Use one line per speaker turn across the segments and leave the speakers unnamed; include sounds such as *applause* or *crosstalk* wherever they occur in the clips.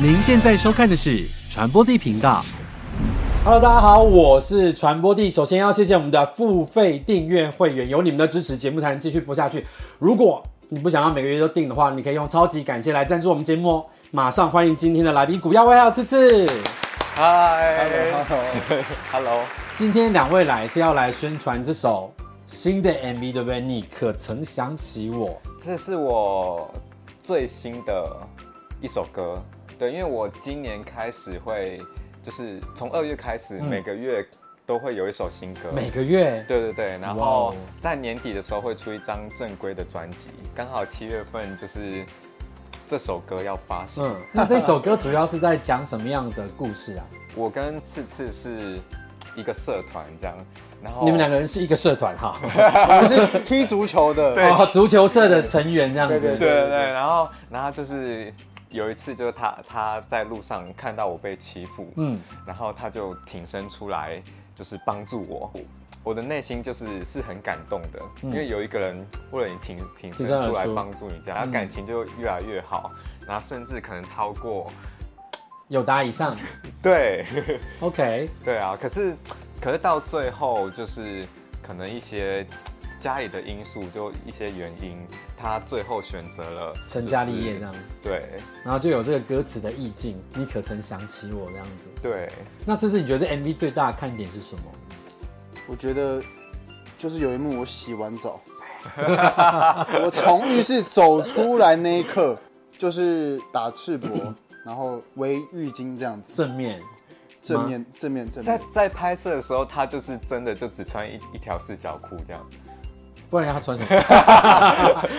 您现在收看的是传播地频道。
Hello，大家好，我是传播帝。首先要谢谢我们的付费订阅会员，有你们的支持，节目才能继续播下去。如果你不想要每个月都订的话，你可以用超级感谢来赞助我们节目哦。马上欢迎今天的来宾古耀威还有次次。
嗨，Hello，
今天两位来是要来宣传这首新的 MV，对不对？你可曾想起我？
这是我最新的一首歌，对，因为我今年开始会，就是从二月开始，每个月都会有一首新歌，
每个月
对对对，然
哇哦
后在年底的时候会出一张正规的专辑，刚好七月份就是这首歌要发行，
嗯，那这首歌主要是在讲什么样的故事啊？
我跟次次是一个社团这样，然后
你们两个人是一个社团哈，
我是踢足球的，
对
哦，足球社的成员这样
对
子
对。
对对对，然后然后就是有一次，就是他他在路上看到我被欺负，
嗯，
然后他就挺身出来，就是帮助我。我的内心就是是很感动的，
嗯
因为有一个人为了你挺挺
挺
身
身而
出来
出
帮助你，这样，
嗯
然后感情就越来越好，然后甚至可能超过， *laughs*
有答以上。
对 *laughs*
OK，
对啊。可是可是到最后，就是可能一些家里的因素，就一些原因，他最后选择了
成家立
就是
业这样，
对
然后就有这个歌词的意境，你可曾想起我这样子？
对，
那这次你觉得这 MV 最大的看点是什么？
我觉得就是有一幕我洗完澡，我从浴室走出来那一刻，就是打赤膊，然后围浴巾这样子，
正面，
正面正面正
在
面，
在拍摄的时候，他就是真的就只穿一一条四角裤这样。
嗯
不然他穿什么？ *laughs*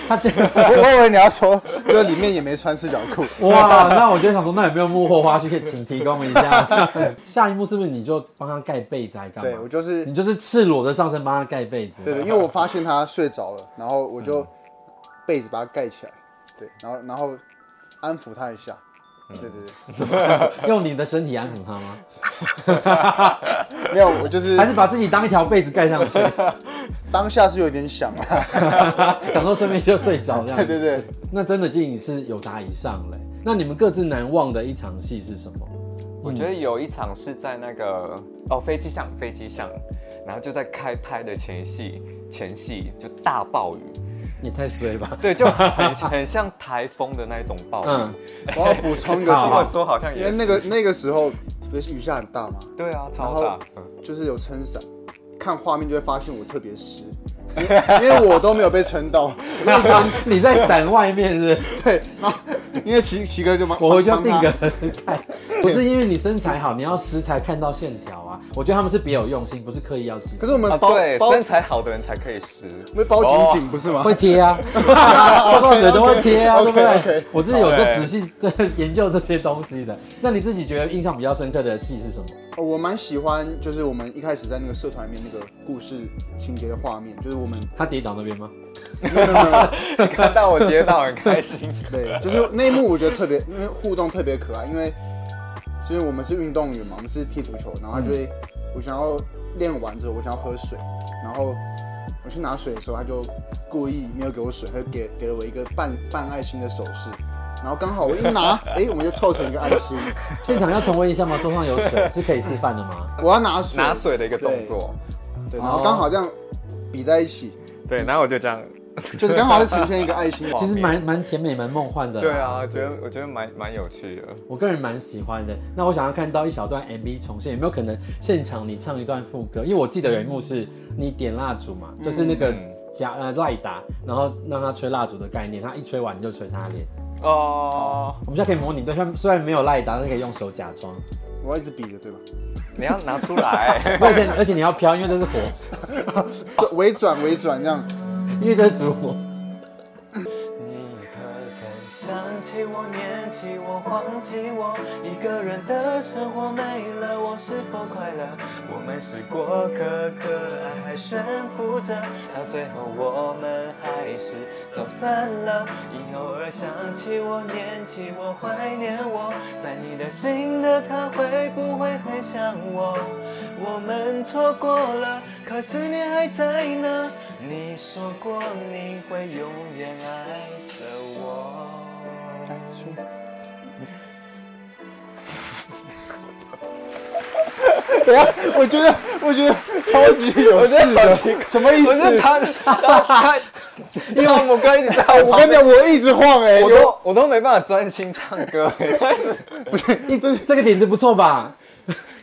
他
*laughs*
这
我我以为你要说，就里面也没穿四角裤，
哇，那我就想说，那有没有幕后花絮可以请提供一下？这样下 *laughs* 一幕是不是你就帮他盖被子还干
对我
嘛？
就是
你就是赤裸的上身帮他盖被子。 *laughs*
对对，因为我发现他睡着了，然后我
嗯
就被子把他盖起来，对，然后然后安抚他一下，
嗯
对对对，
用你的身体安抚他吗？
没有，我就是
还是把自己当一条被子盖上去， *laughs*
当下是有点想啊，
想说顺便就睡着这样
对
子？
对对。
那真的竟然是有答以上嘞。那你们各自难忘的一场戏是什么？
我觉得有一场是在那个哦飞机上飞机上，然后就在开拍的前戏前戏就大暴雨，
也太衰
*laughs*
了吧！
对，就
*laughs*
很很像台风的那一种暴雨。
嗯，
我要补充一个
这
好
么
字，
说好像
因
也
为
是
那个那个时候不是雨下很大嘛，
对啊，
然
超
后呃
大。嗯
就是有撑伞，看画面就会发现我特别湿，因为因为我都没有被撑到， *laughs*
你在伞外面是不是？
对，然后因为奇奇哥就忙，
我回去要定
帮
个
他，
人看。不是因为你身材好，你要食材看到线条啊。我觉得他们是别有用心，不是刻意要吃
可。是我
啊，
们包
哎
对，
包
身材好的人才可以湿。
会包紧紧不是吗？
会贴啊， *laughs* 泡泡水都会贴啊，对
OK，OK，
不对
OK，OK？
我自己有
好
在
嘞
仔细 *laughs* 在研究这些东西的。那你自己觉得印象比较深刻的戏是什么？
哦我蛮喜欢，就是我们一开始在那个社团里面那个故事情节的画面，就是我们 *laughs*
他跌倒那边吗？
没有没有没有
你看到我跌倒很开心。
对， *laughs* 就是那一幕我觉得特别，因为互动特别可爱，因为就是我们是运动员嘛，我们是踢足球，然后他就会，我想要练完之后，我想要喝水，然后我去拿水的时候，他就故意没有给我水，他就给给了我一个半半爱心的手势，然后刚好我一 *laughs* 拿，哎、我们就凑成一个爱心，
现场要重温一下吗？桌上有水是可以示范的吗？
我要拿水，哦
拿水的一个动作，
对，然后刚好这样比在一起，
对，然后我就这样，
就是 *laughs* 刚好是呈现一个爱心。
其实蛮蛮甜美蛮梦幻的啦。
对
嗯
啊，觉得我觉得蛮蛮有趣的。
我个人蛮喜欢的。那我想要看到一小段 MV 重现，有没有可能现场你唱一段副歌？因为我记得有一幕是你点蜡烛嘛，就是那个
嗯
假呃赖达，然后让他吹蜡烛的概念，他一吹完你就捶他脸。
哦，
我们现在可以模拟，对，虽然虽然没有赖达，但是可以用手假装。
我要一直比着，对吧？ *laughs*
你要拿出来。
而且而且你要飘，因为这是火，
转微转微转这样，
因为这是烛
*laughs*
火。
你可曾想起我，念起我，忘记我？一个人的生活没了我是否快乐？我们是过客，可爱还悬浮着，到最后我们还是走散了。你偶尔想起我，念起我，怀念我，在你的心的他会不会很想我？我们错过了，可思念还在呢。你说过你会永远爱着我。
哎，说等一下，我觉得我觉得超级有事的，什么意
不是
思？
他，他
*laughs*
他，因为我哥一直在我
我
旁
跟你
边，
讲，我一直晃哎、欸，
我
有
都我都没办法专心唱
*laughs*
歌，
不是一直
这个点子不错吧？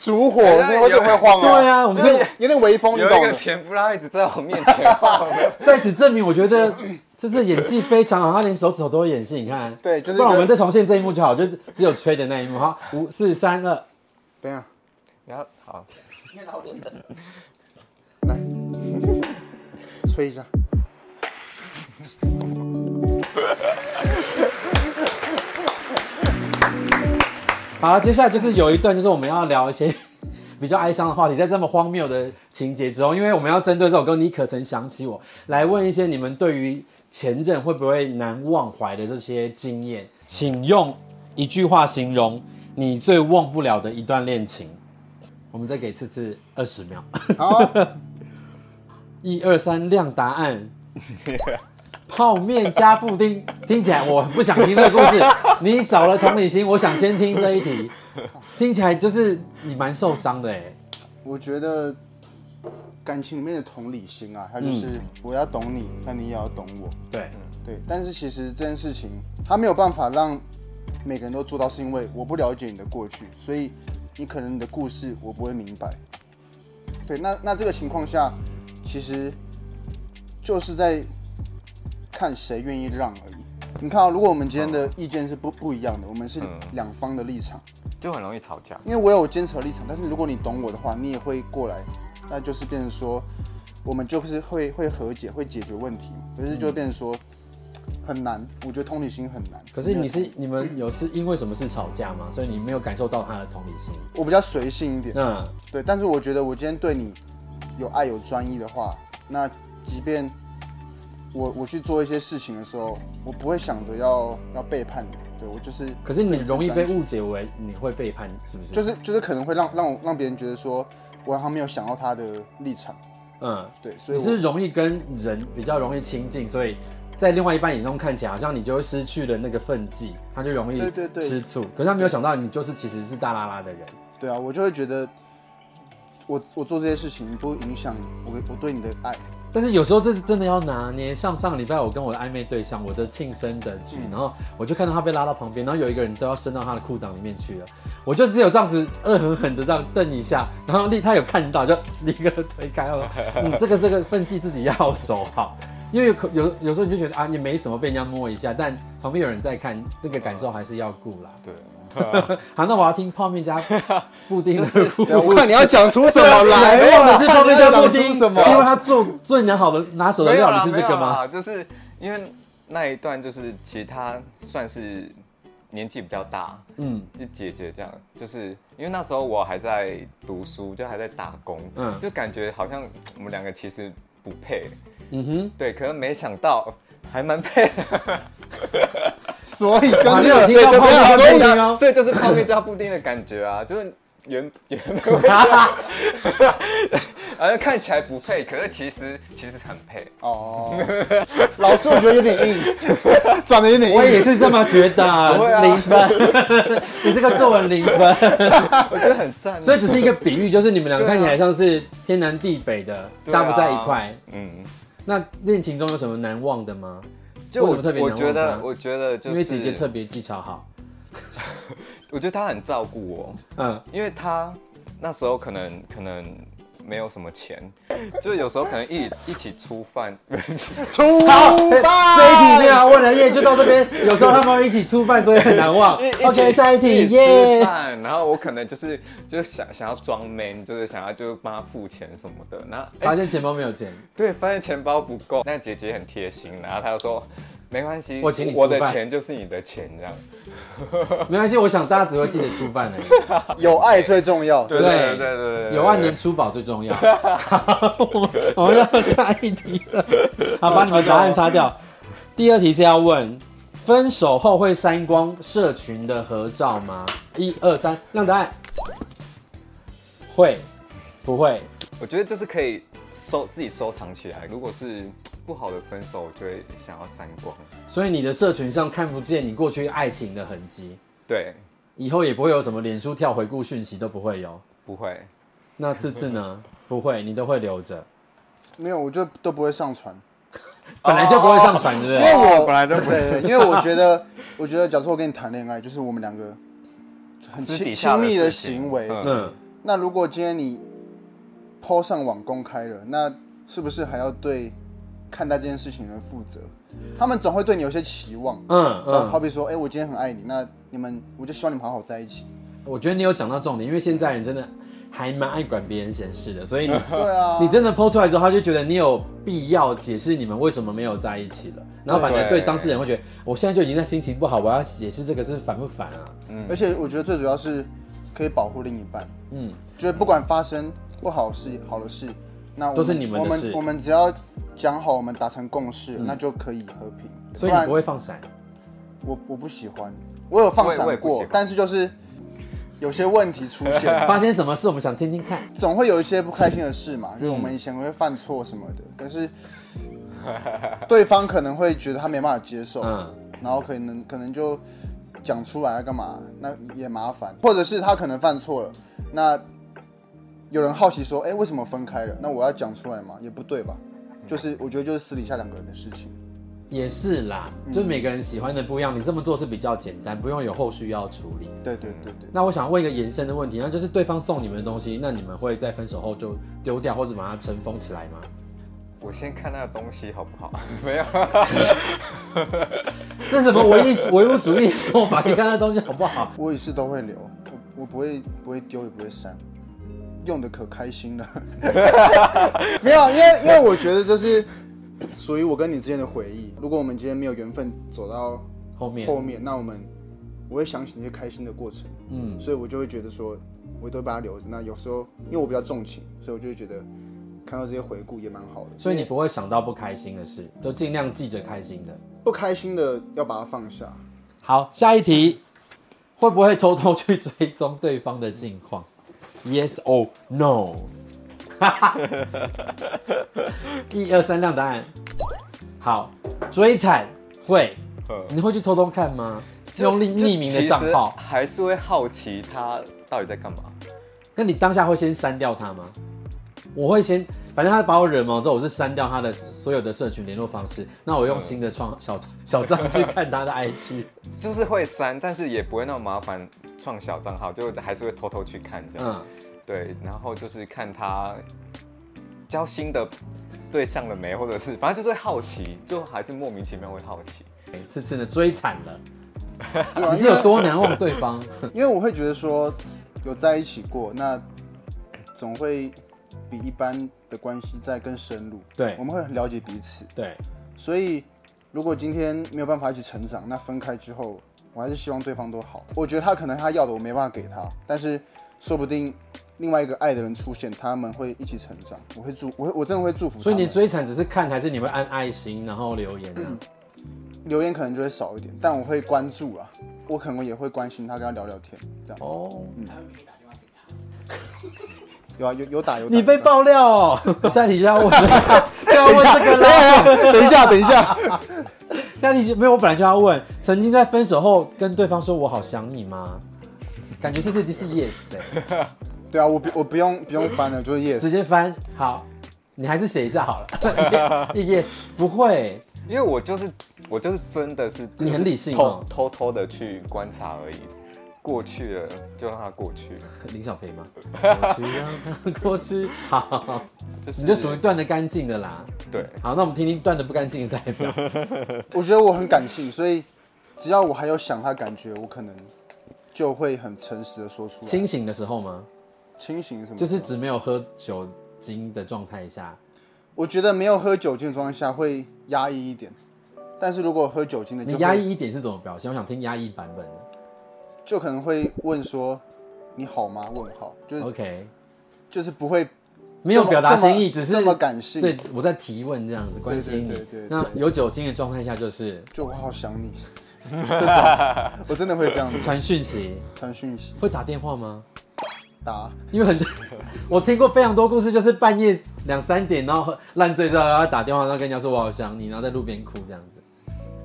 烛火，
哎
所以我怎么会晃啊？
对，啊，我们这
有点微风，你
有一
懂
个
的。
甜不辣一直在我
*laughs*
面前晃，
在此证明，我觉得这次演技非常好，他连手指头都会演戏。你看，
对就是
不然
一个
我们再重现这一幕就好，就是只有吹的那一幕。好，五四三二，
等一下，
然后好，
来，吹
*laughs*
一下。
好了，接下来就是有一段，就是我们要聊一些 *laughs* 比较哀伤的话题，在这么荒谬的情节之后，因为我们要针对这首歌《你可曾想起我》来问一些你们对于前任会不会难忘怀的这些经验，请用一句话形容你最忘不了的一段恋情。我们再给次次二十秒，
好，
一二三，亮答案。泡面加布丁，听起来我很不想听这个故
*laughs*
事。你少了同理心，我想先听这一题。听起来就是你蛮受伤的哎、
我觉得感情里面的同理心啊，
嗯
它就是我要懂你，那你也要懂我。
对，
对，但是其实这件事情，他没有办法让每个人都做到，是因为我不了解你的过去，所以你可能你的故事我不会明白。对，那那这个情况下，其实就是在看谁愿意让而已。你看、啊，如果我们今天的意见是不不一样的，我们是
嗯
两方的立场，
就很容易吵架。
因为我有坚持的立场，但是如果你懂我的话，你也会过来，那就是变成说，我们就是会会和解，会解决问题，可是就变成说、很难。我觉得同理心很难。
可是你
嗯
是你们有是因为什么事吵架吗？所以你没有感受到他的同理心。
我比较随性一点，
嗯，
对，但是我觉得我今天对你有爱有专一的话，那即便我我去做一些事情的时候，我不会想着要要背叛你，对我就是
可是你容易被误解为你会背叛，是不是？
就是就是可能会让让我让别人觉得说我好像没有想到他的立场，
嗯，
对，所以
你
我
是容易跟人比较容易亲近，所以在另外一半眼中看起来好像你就会失去了那个分际，他就容易
对对对
吃醋。可是他没有想到你就是其实是大拉拉的人。
对啊，我就会觉得我我做这些事情不会影响我我对你的爱，
但是有时候这是真的要拿捏。像上个礼拜我跟我的暧昧对象，我的庆生的局，然后我就看到他被拉到旁边，然后有一个人都要伸到他的裤裆里面去了，我就只有这样子恶狠狠的这样瞪一下，然后立他有看到就立刻推开，我说嗯，这个这个分际自己要守好。因为有可有有时候你就觉得啊，你没什么被人家摸一下，但旁边有人在看，那个感受还是要顾啦。 *laughs*
对，
好，那我要听泡面加布丁的故事。
对啊，我看你要讲出什
哎
么来
难忘哎的是泡面加布
你要讲
丁，
出
是
什
因
么
为他做最拿好的拿手的
没有
料理
啦
是这个吗？？
*laughs* 没有啦就是因为那一段就是其实他算是年纪比较大，
嗯
就姐姐这样，就是因为那时候我还在读书，就还在打工，
嗯
就感觉好像我们两个其实不配，
嗯哼，
对，可能没想到还蛮配的，
所以跟
哇你
这
有
个
听到
所以
泡面加
所以
布丁哦？
所以就是泡面加布丁的感觉啊，就是原原本好像看起来不配，可是其实其实很配，
哦，老师我觉得有点硬，转的有点硬。
我也是这么觉
不会
得，
啊
零分， *laughs* 你这个作文零分， *laughs*
我觉得很赞啊、
所以只是一个比喻，就是你们两个
对啊
看起来像是天南地北的，
对啊
搭不在一块。
嗯。
那恋情中有什么难忘的吗？
就
为什
我
么特别
我
难
觉
忘
得，
他
我觉得就是
因为姐姐特别技巧好，
我觉得他很照顾我，
嗯，
因为他那时候可能可能没有什么钱，就有时候可能一一起出饭，
出
好，这
发。
一题没有要问了耶，就到这边。有时候他们会一起出饭，所以很难忘
一一起。
OK，下一题
起吃
耶。
饭，然后我可能就是就是想想要装 man，就是想要就帮他付钱什么的，那哎、
发现钱包没有钱，
对，发现钱包不够，那姐姐很贴心，然后她就说没关系，
我请你吃
我的
饭
钱就是你的钱这样，
没关系，我想大家只会记得出饭而已。
有爱最重要。
对对对对对对，
有啊爱能出宝最重要。好，我们我们要下一题了，好，把你们答案擦掉。第二题是要问，分手后会删光社群的合照吗？一二三，让答案。会，不会？
我觉得就是可以收自己收藏起来，如果是不好的分手，我就会想要删光。
所以你的社群上看不见你过去爱情的痕迹，
对，
以后也不会有什么脸书跳回顾讯息都不会有。
不会，
那次次呢？不会，你都会留着，
没有，我就都不会上传，
本来就不会上传，对不啊
因为
对？
我
本来就不
对，因为我觉得，我觉得，假如说我跟你谈恋爱，就是我们两个很
私
亲
底
亲
下
密的
事情
行为，
嗯，
那如果今天你抛上网公开了，那是不是还要对看待这件事情的人负责？他们总会对你有些期望，
嗯
嗯，好
嗯，
比说，哎、我今天很爱你，那你们我就希望你们好好在一起。
我觉得你有讲到重点，因为现在人真的还蛮爱管别人闲事的，所以你
*laughs* 对啊，
你真的剖出来之后，他就觉得你有必要解释你们为什么没有在一起了，然后反而对
对
当事人会觉得，我现在就已经在心情不好，我要解释这个是烦不烦啊？
而且我觉得最主要是可以保护另一半，
嗯，
就是不管发生不好事、好的事，那我
都是你们的
我
事嗯
们我们只要讲好，我们达成共识，那就可以和平。
所以
不
你
然
不会放闪，
我我不喜欢，我有放
我也我也
闪
不喜
过
欢，
但是就是有些问题出
*laughs*
现，
发生什么事我们想听听看。
总会有一些不开心的事嘛，就是我们以前会犯错什么的，但是对方可能会觉得他没办法接受，
嗯，
然后可能可能就讲出来要干嘛，那也麻烦，或者是他可能犯错了，那有人好奇说，哎，为什么分开了？那我要讲出来嘛，也不对吧？就是我觉得就是私底下两个人的事情，
也是啦，就每个人喜欢的不一样，你这么做是比较简单，不用有后续要处理。
对对对对。
那我想问一个延伸的问题，那就是对方送你们的东西，那你们会在分手后就丢掉，或者把它尘封起来吗？ *laughs*
我先看那个东西好不好？ *laughs* 没有，
这是什么唯物 *laughs* 唯物主义的说法？你看那东西好不好？
我也是都会留，我我不会不会丢也不会删，用的可开心了。 *laughs* 没有，因为因为我觉得这是属于我跟你之间的回忆。如果我们今天没有缘分走到
后面，
后面，那我们我会想起那些开心的过程，
嗯，
所以我就会觉得说，我都会把它留着。那有时候因为我比较重情，所以我就会觉得看到这些回顾也蛮好的。
所以你
因为
不会想到不开心的事，都尽量记着开心的。
不开心的要把它放
*laughs*
下，
好，下一题，会不会偷偷去追踪对方的近况？Yes or *laughs* no？一二三，亮答案。好，追彩会，你会去偷偷看吗？ *laughs* 用匿匿名的账号，
还是会好奇他到底在干嘛。
那你当下会先删掉他吗？我会先，反正他把我惹毛之后，我是删掉他的所有的社群联络方式，那我用新的创小小账去看
嗯
他的 IG。
就是会删，但是也不会那么麻烦，创小账号就还是会偷偷去看这样。
嗯，
对，然后就是看他交新的对象了没，或者是反正就是会好奇，就还是莫名其妙会好
*laughs*
奇。
次次呢追惨了。
对啊
你是有多难忘对方？
因为我会觉得说有在一起过，那总会比一般的关系再更深入。
对
我们会很了解彼此，
对，
所以如果今天没有办法一起成长，那分开之后，我还是希望对方都好。我觉得他可能他要的我没办法给他，但是说不定另外一个爱的人出现，他们会一起成长。我会祝，我会我真的会祝福他们。
所以你追惨只是看，还是你会按爱心然后留言啊
嗯
呢？
留言可能就会少一点，但我会关注啊，我可能也会关心他，跟他聊聊天，这样。
哦，
有啊，有有打有打。
你被
有打
爆料
*laughs*
哦！下一题就要问，就要问这个啦。
等一下，等一下。
下一题没有，我本来就要问，曾经在分手后跟对方说我好想你吗？感觉这是是 yes 哎、
对啊，我不我不用不用翻了，就是 yes。
直接翻好，你还是写一下好了。 *laughs* 一 yes 不会，
*laughs* 因为我就是我就是真的是
你很理性哦
偷偷偷的去观察而已，过去了就让它过去，
林小培吗？过去让它过去，好，
就是
你就属于断的干净的啦。
对
好，那我们听听断的不干净的代
*laughs*
表。
我觉得我很感性，所以只要我还有想他感觉，我可能就会很诚实的说出来。
清醒的时候吗？
清醒是什么？
就是指没有喝酒精的状态下，
我觉得没有喝酒精的状况下会压抑一点，但是如果喝酒精的就
你
会
压抑一点是怎么表现？我想听压抑版本的。
就可能会问说你好吗？问号就是
OK，
就是不会
没有表达心意，只
这么
是
这么感性
对，我在提问这样子关心
对
你
对对对。
那
对
有酒精的状态下就是
就我好想
*laughs*
你。这种我真的会这样
传讯息，
传讯息
会打电话吗？
打，
因为很， *laughs* 我听过非常多故事，就是半夜两三点，然后烂醉之后，然后打电话，然后跟人家说我好想你，然后在路边哭这样
*laughs*
子，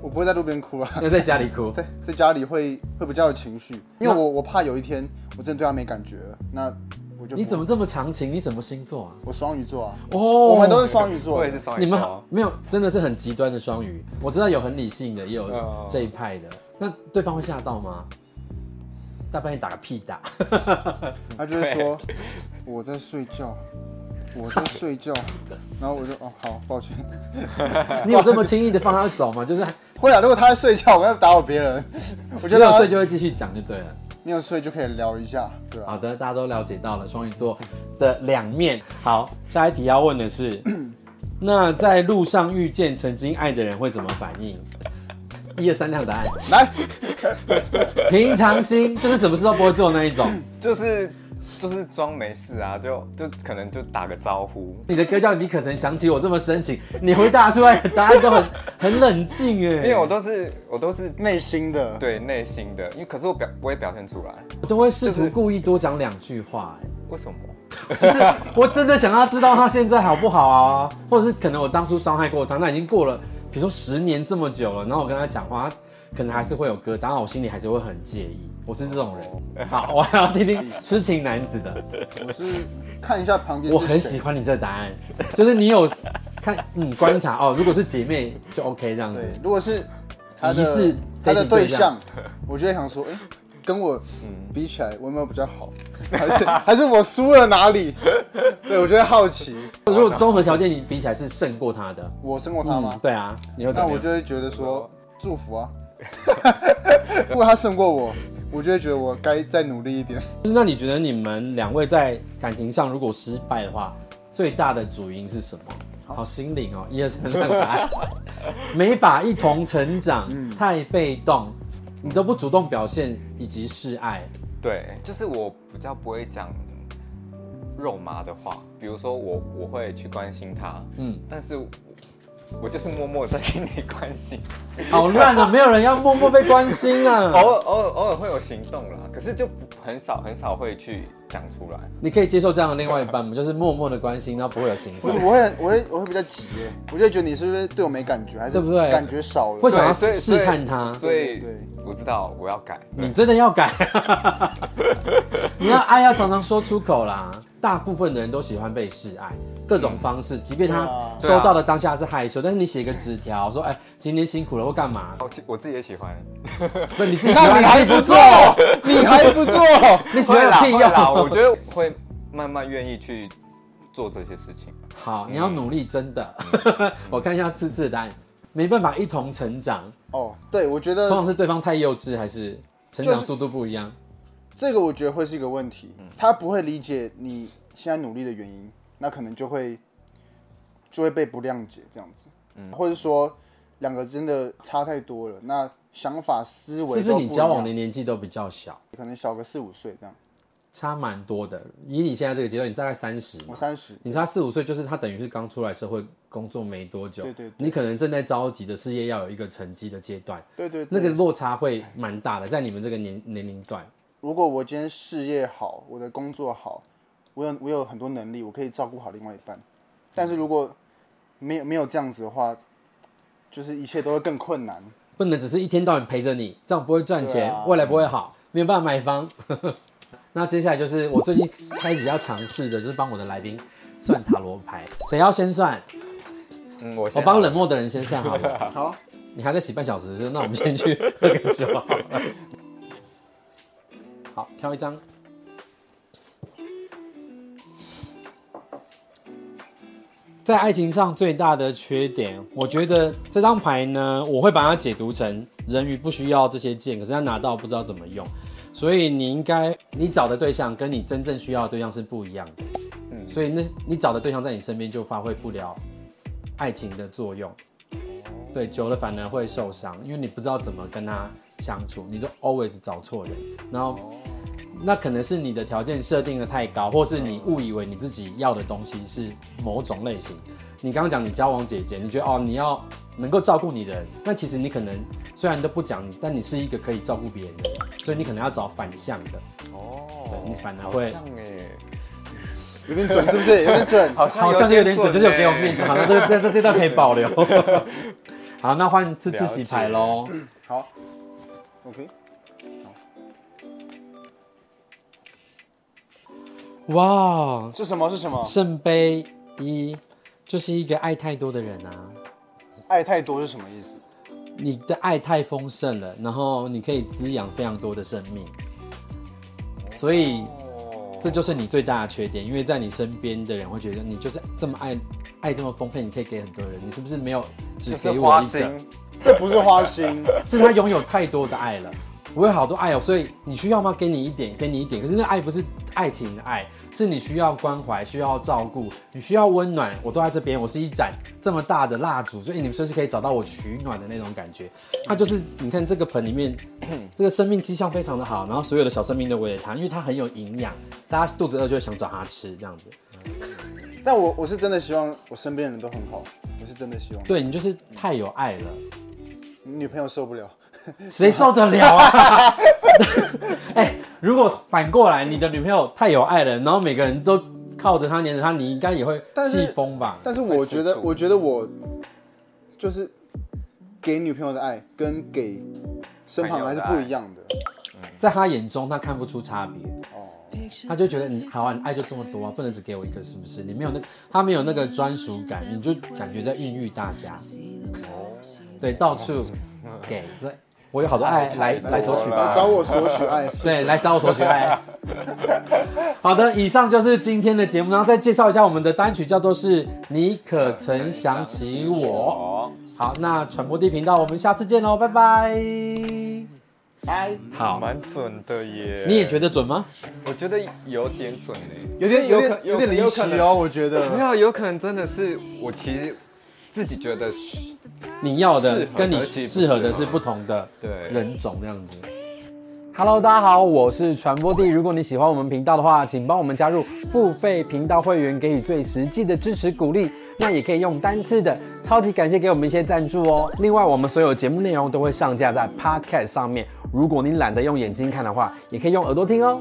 我不会在路边哭啊。
那在家里哭。
在在家里会会比较有情绪，因为
那
我我怕有一天我真的对他没感觉了，那我我就
你怎么这么长情？你什么星座啊？
我双鱼座啊，
哦，
我们都是双鱼座
我也
的
是，双
你
鱼
们
座，
没有，真的是很极端的双鱼。我知道有很理性的，也有
哦
这一派的。那对方会吓到吗？大半夜打个屁
*laughs*
打，
他就会说我在睡
*laughs*
觉，我在睡觉，然后我就哦好抱歉，
你有这么轻易的放他走吗？就是
会啊，如果他在睡觉，我要打扰别
*laughs*
人，我觉
没
得
有睡就会继续讲就对了。
没有睡就可以聊一下，对吧、
好的，大家都了解到了双鱼座的两面。好，下一题要问的 *clears throat* 是，那在路上遇见曾经爱的人会怎么反应？一二三亮答案，
来，
*laughs* 平常心就是什么事都不会做那一种。
就是就是装没事啊，就就可能就打个招呼，
你的歌叫《你可曾想起我这么深情》，你回答出来的答案都很 *laughs* 很冷静哎，
因为我都是我都是
内心的，
对内心的，因为可是我表不会表现出来，
我都会试图故意多讲两句话哎，
为什么？
就是我真的想要知道他现在好不好啊，或者是可能我当初伤害过他，那已经过了，比如说十年这么久了，然后我跟他讲话，他可能还是会有疙瘩，我心里还是会很介意，我是这种人。好，我还要听 *laughs* 听痴情男子的，
我是看一下旁边，
我很喜，欢你这答案，就是你有看 *laughs* 嗯观察哦，如果是姐妹就 OK 这样子
对，，如果是他
嗯疑似
的他的
dating
对
对
象
象，嗯
我就会想说，哎、跟我比起来，我有没有比较好？ *laughs* 还是还是我输了哪里？对，我就会好奇，
如果综合条件你比起来是胜过他的，
我胜过他吗？
嗯，对啊，你会怎
那
么
我
样
就？会觉得说祝福啊。 *laughs* 如果他胜过我，我就会觉得我该再努力一点。
就是那你觉得你们两位在感情上如果失败的话，最大的主因是什么？好心灵哦，一二三让答案， *laughs* 没法一同成长，太被动，你都不主动表现以及示爱，
对，就是我比较不会讲肉麻的话，比如说我我会去关心他，
嗯，
但是我我就是默默在跟你关心，
好乱啊，没有人要默默被关心
*laughs* 偶
啊。
尔偶尔偶尔会有行动啦，可是就不很少很少会去讲出来。
你可以接受这样的另外一半吗？就是默默的关心，然后不会有行
不是，
动，
我会很我会我会比较急耶，我就会觉得你是不是对我没感觉，还是
对不对
感觉少了？
会想要
对所以
试探他嗯
所以
对对
我知道我要改。
你真的要改， *laughs* 你要爱要常常说出口啦。大部分的人都喜欢被示爱，各种方式，即便他
对啊
收到的当下是害羞，但是你写个纸条说，哎，今天辛苦了或干
*laughs*
嘛，
我我自己也喜欢，
不，你自己喜
那
欢你
你还
自己
不
不
做
做，，
你还不做，
*laughs* 你喜欢
会
有
啦
屁
会啦，我
用。
觉得会慢慢愿意去做这些事情。
好，你要努力，真的。
嗯
*laughs* 我看一下次次的答案，没办法一同成长，
哦，对，我觉
通
得
常是对方太幼稚，还是成
就
长
是
速度不一样？
这个我觉得会是一个问题，
嗯
他不会理解你现在努力的原因，那可能就会就会被不谅解这样子，
嗯
或者说两个真的差太多了，那想法思维
是不是
都
你
一
交往
样
的年纪都比较小，
可能小个四五岁这样？
差蛮多的？以你现在这个阶段，你大概三十嘛
我，三十，
你差四五岁，就是他等于是刚出来社会工作没多久，
对对对
你可能正在着急着事业要有一个成绩的阶段，
对对
那
对。
个落差会蛮大的，在你们这个年年龄段，
如果我今天事业好，我的工作好，我有我有很多能力，我可以照顾好另外一半。但是如果没有没有这样子的话，就是一切都会更困难。
不能只是一天到晚陪着你，这样不会赚
对
钱，
啊
未来不会好，没有办法买房。 *laughs* 那接下来就是我最近开始要尝试的，就是帮我的来宾算塔罗牌，谁要先算？
嗯，我
我
先
帮
好
冷漠的人先算好了。
好，
你还在洗半小时是不是？那我们先去喝个酒 *laughs* 好了。好，挑一张。在爱情上最大的缺点，我觉得这张牌呢，我会把它解读成人鱼不需要这些剑，可是他拿到不知道怎么用，所以你应该你找的对象跟你真正需要的对象是不一样的，
嗯
所以那你找的对象在你身边就发挥不了爱情的作用，对，久了反而会受伤，因为你不知道怎么跟他相处，你都 always 找错人，然后那可能是你的条件设定的太高，或是你误以为你自己要的东西是某种类型。你刚刚讲你交往姐姐，你觉得哦你要能够照顾你的人，那其实你可能虽然都不讲你，但你是一个可以照顾别人的人，所以你可能要找反向的。
哦
你反而会
好像耶
有点准是不是？有点
*laughs*
准。
好像就有点准，就是有给我
欸
面子，好像这这这这段可以保 *laughs* 留。好，那换次次洗牌喽。
好，OK。
哇，
是什么？是什么？
圣杯一就是一个爱太多的人啊，
爱太多是什么意思？
你的爱太丰盛了，然后你可以滋养非常多的生命，所以
哦，
这就是你最大的缺点，因为在你身边的人会觉得你就是这么爱，爱这么丰沛，你可以给很多人，你是不是没有只
哦就是
给我
花
一个？
心，
这不是花心，
是他拥有太多的爱了，我有好多爱哦，所以你需要吗？给你一点，给你一点。可是那爱不是爱情的爱，是你需要关怀，需要照顾，你需要温暖，我都在这边，我是一盏这么大的蜡烛，所以你们随时可以找到我取暖的那种感觉。它就是你看这个盆里面， *coughs* 这个生命迹象非常的好，然后所有的小生命都围着它，因为它很有营养，大家肚子饿就会想找它吃这样子。
但我我是真的希望我身边的人都很好，我是真的希望。
对你就是太有爱了。
你女朋友受不了，
谁受得了啊？哎、如果反过来，你的女朋友太有爱了，然后每个人都靠着她黏着她，你应该也会
但是
气疯吧？
但是我
太吃
觉得，
醋
我觉得我就是给女朋友的爱跟给身旁的爱是不一样的。
在她眼中，她看不出差别，
哦，
她就觉得你好啊，你爱就这么多啊，不能只给我一个，是不是？你没有那个，她没有那个专属感，你就感觉在孕育大家。对，到处给，所以我有好多爱来来索取吧
来。找我索取爱。
*laughs* 对，来找我索取爱。好的，以上就是今天的节目，然后再介绍一下我们的单曲，叫做是《你可曾想起我
哦，》。
好，那传播地频道，我们下次见哦喽，拜拜。
拜。
好，
蛮准的耶。
你也觉得准吗？
我觉得有点准诶。
有点有点有点离
有可
奇
能
哦，我觉
没
得。
有，有可能真的是我其实自己觉得
你要的
适合
跟你
而且不
适合的是
适合
不同的
对
人种这样子。Hello，大家好，我是传播帝。如果你喜欢我们频道的话，请帮我们加入付费频道会员，给予最实际的支持鼓励。那也可以用单次的，超级感谢给我们一些赞助哦。另外，我们所有节目内容都会上架在 Podcast 上面。如果你懒得用眼睛看的话，也可以用耳朵听哦。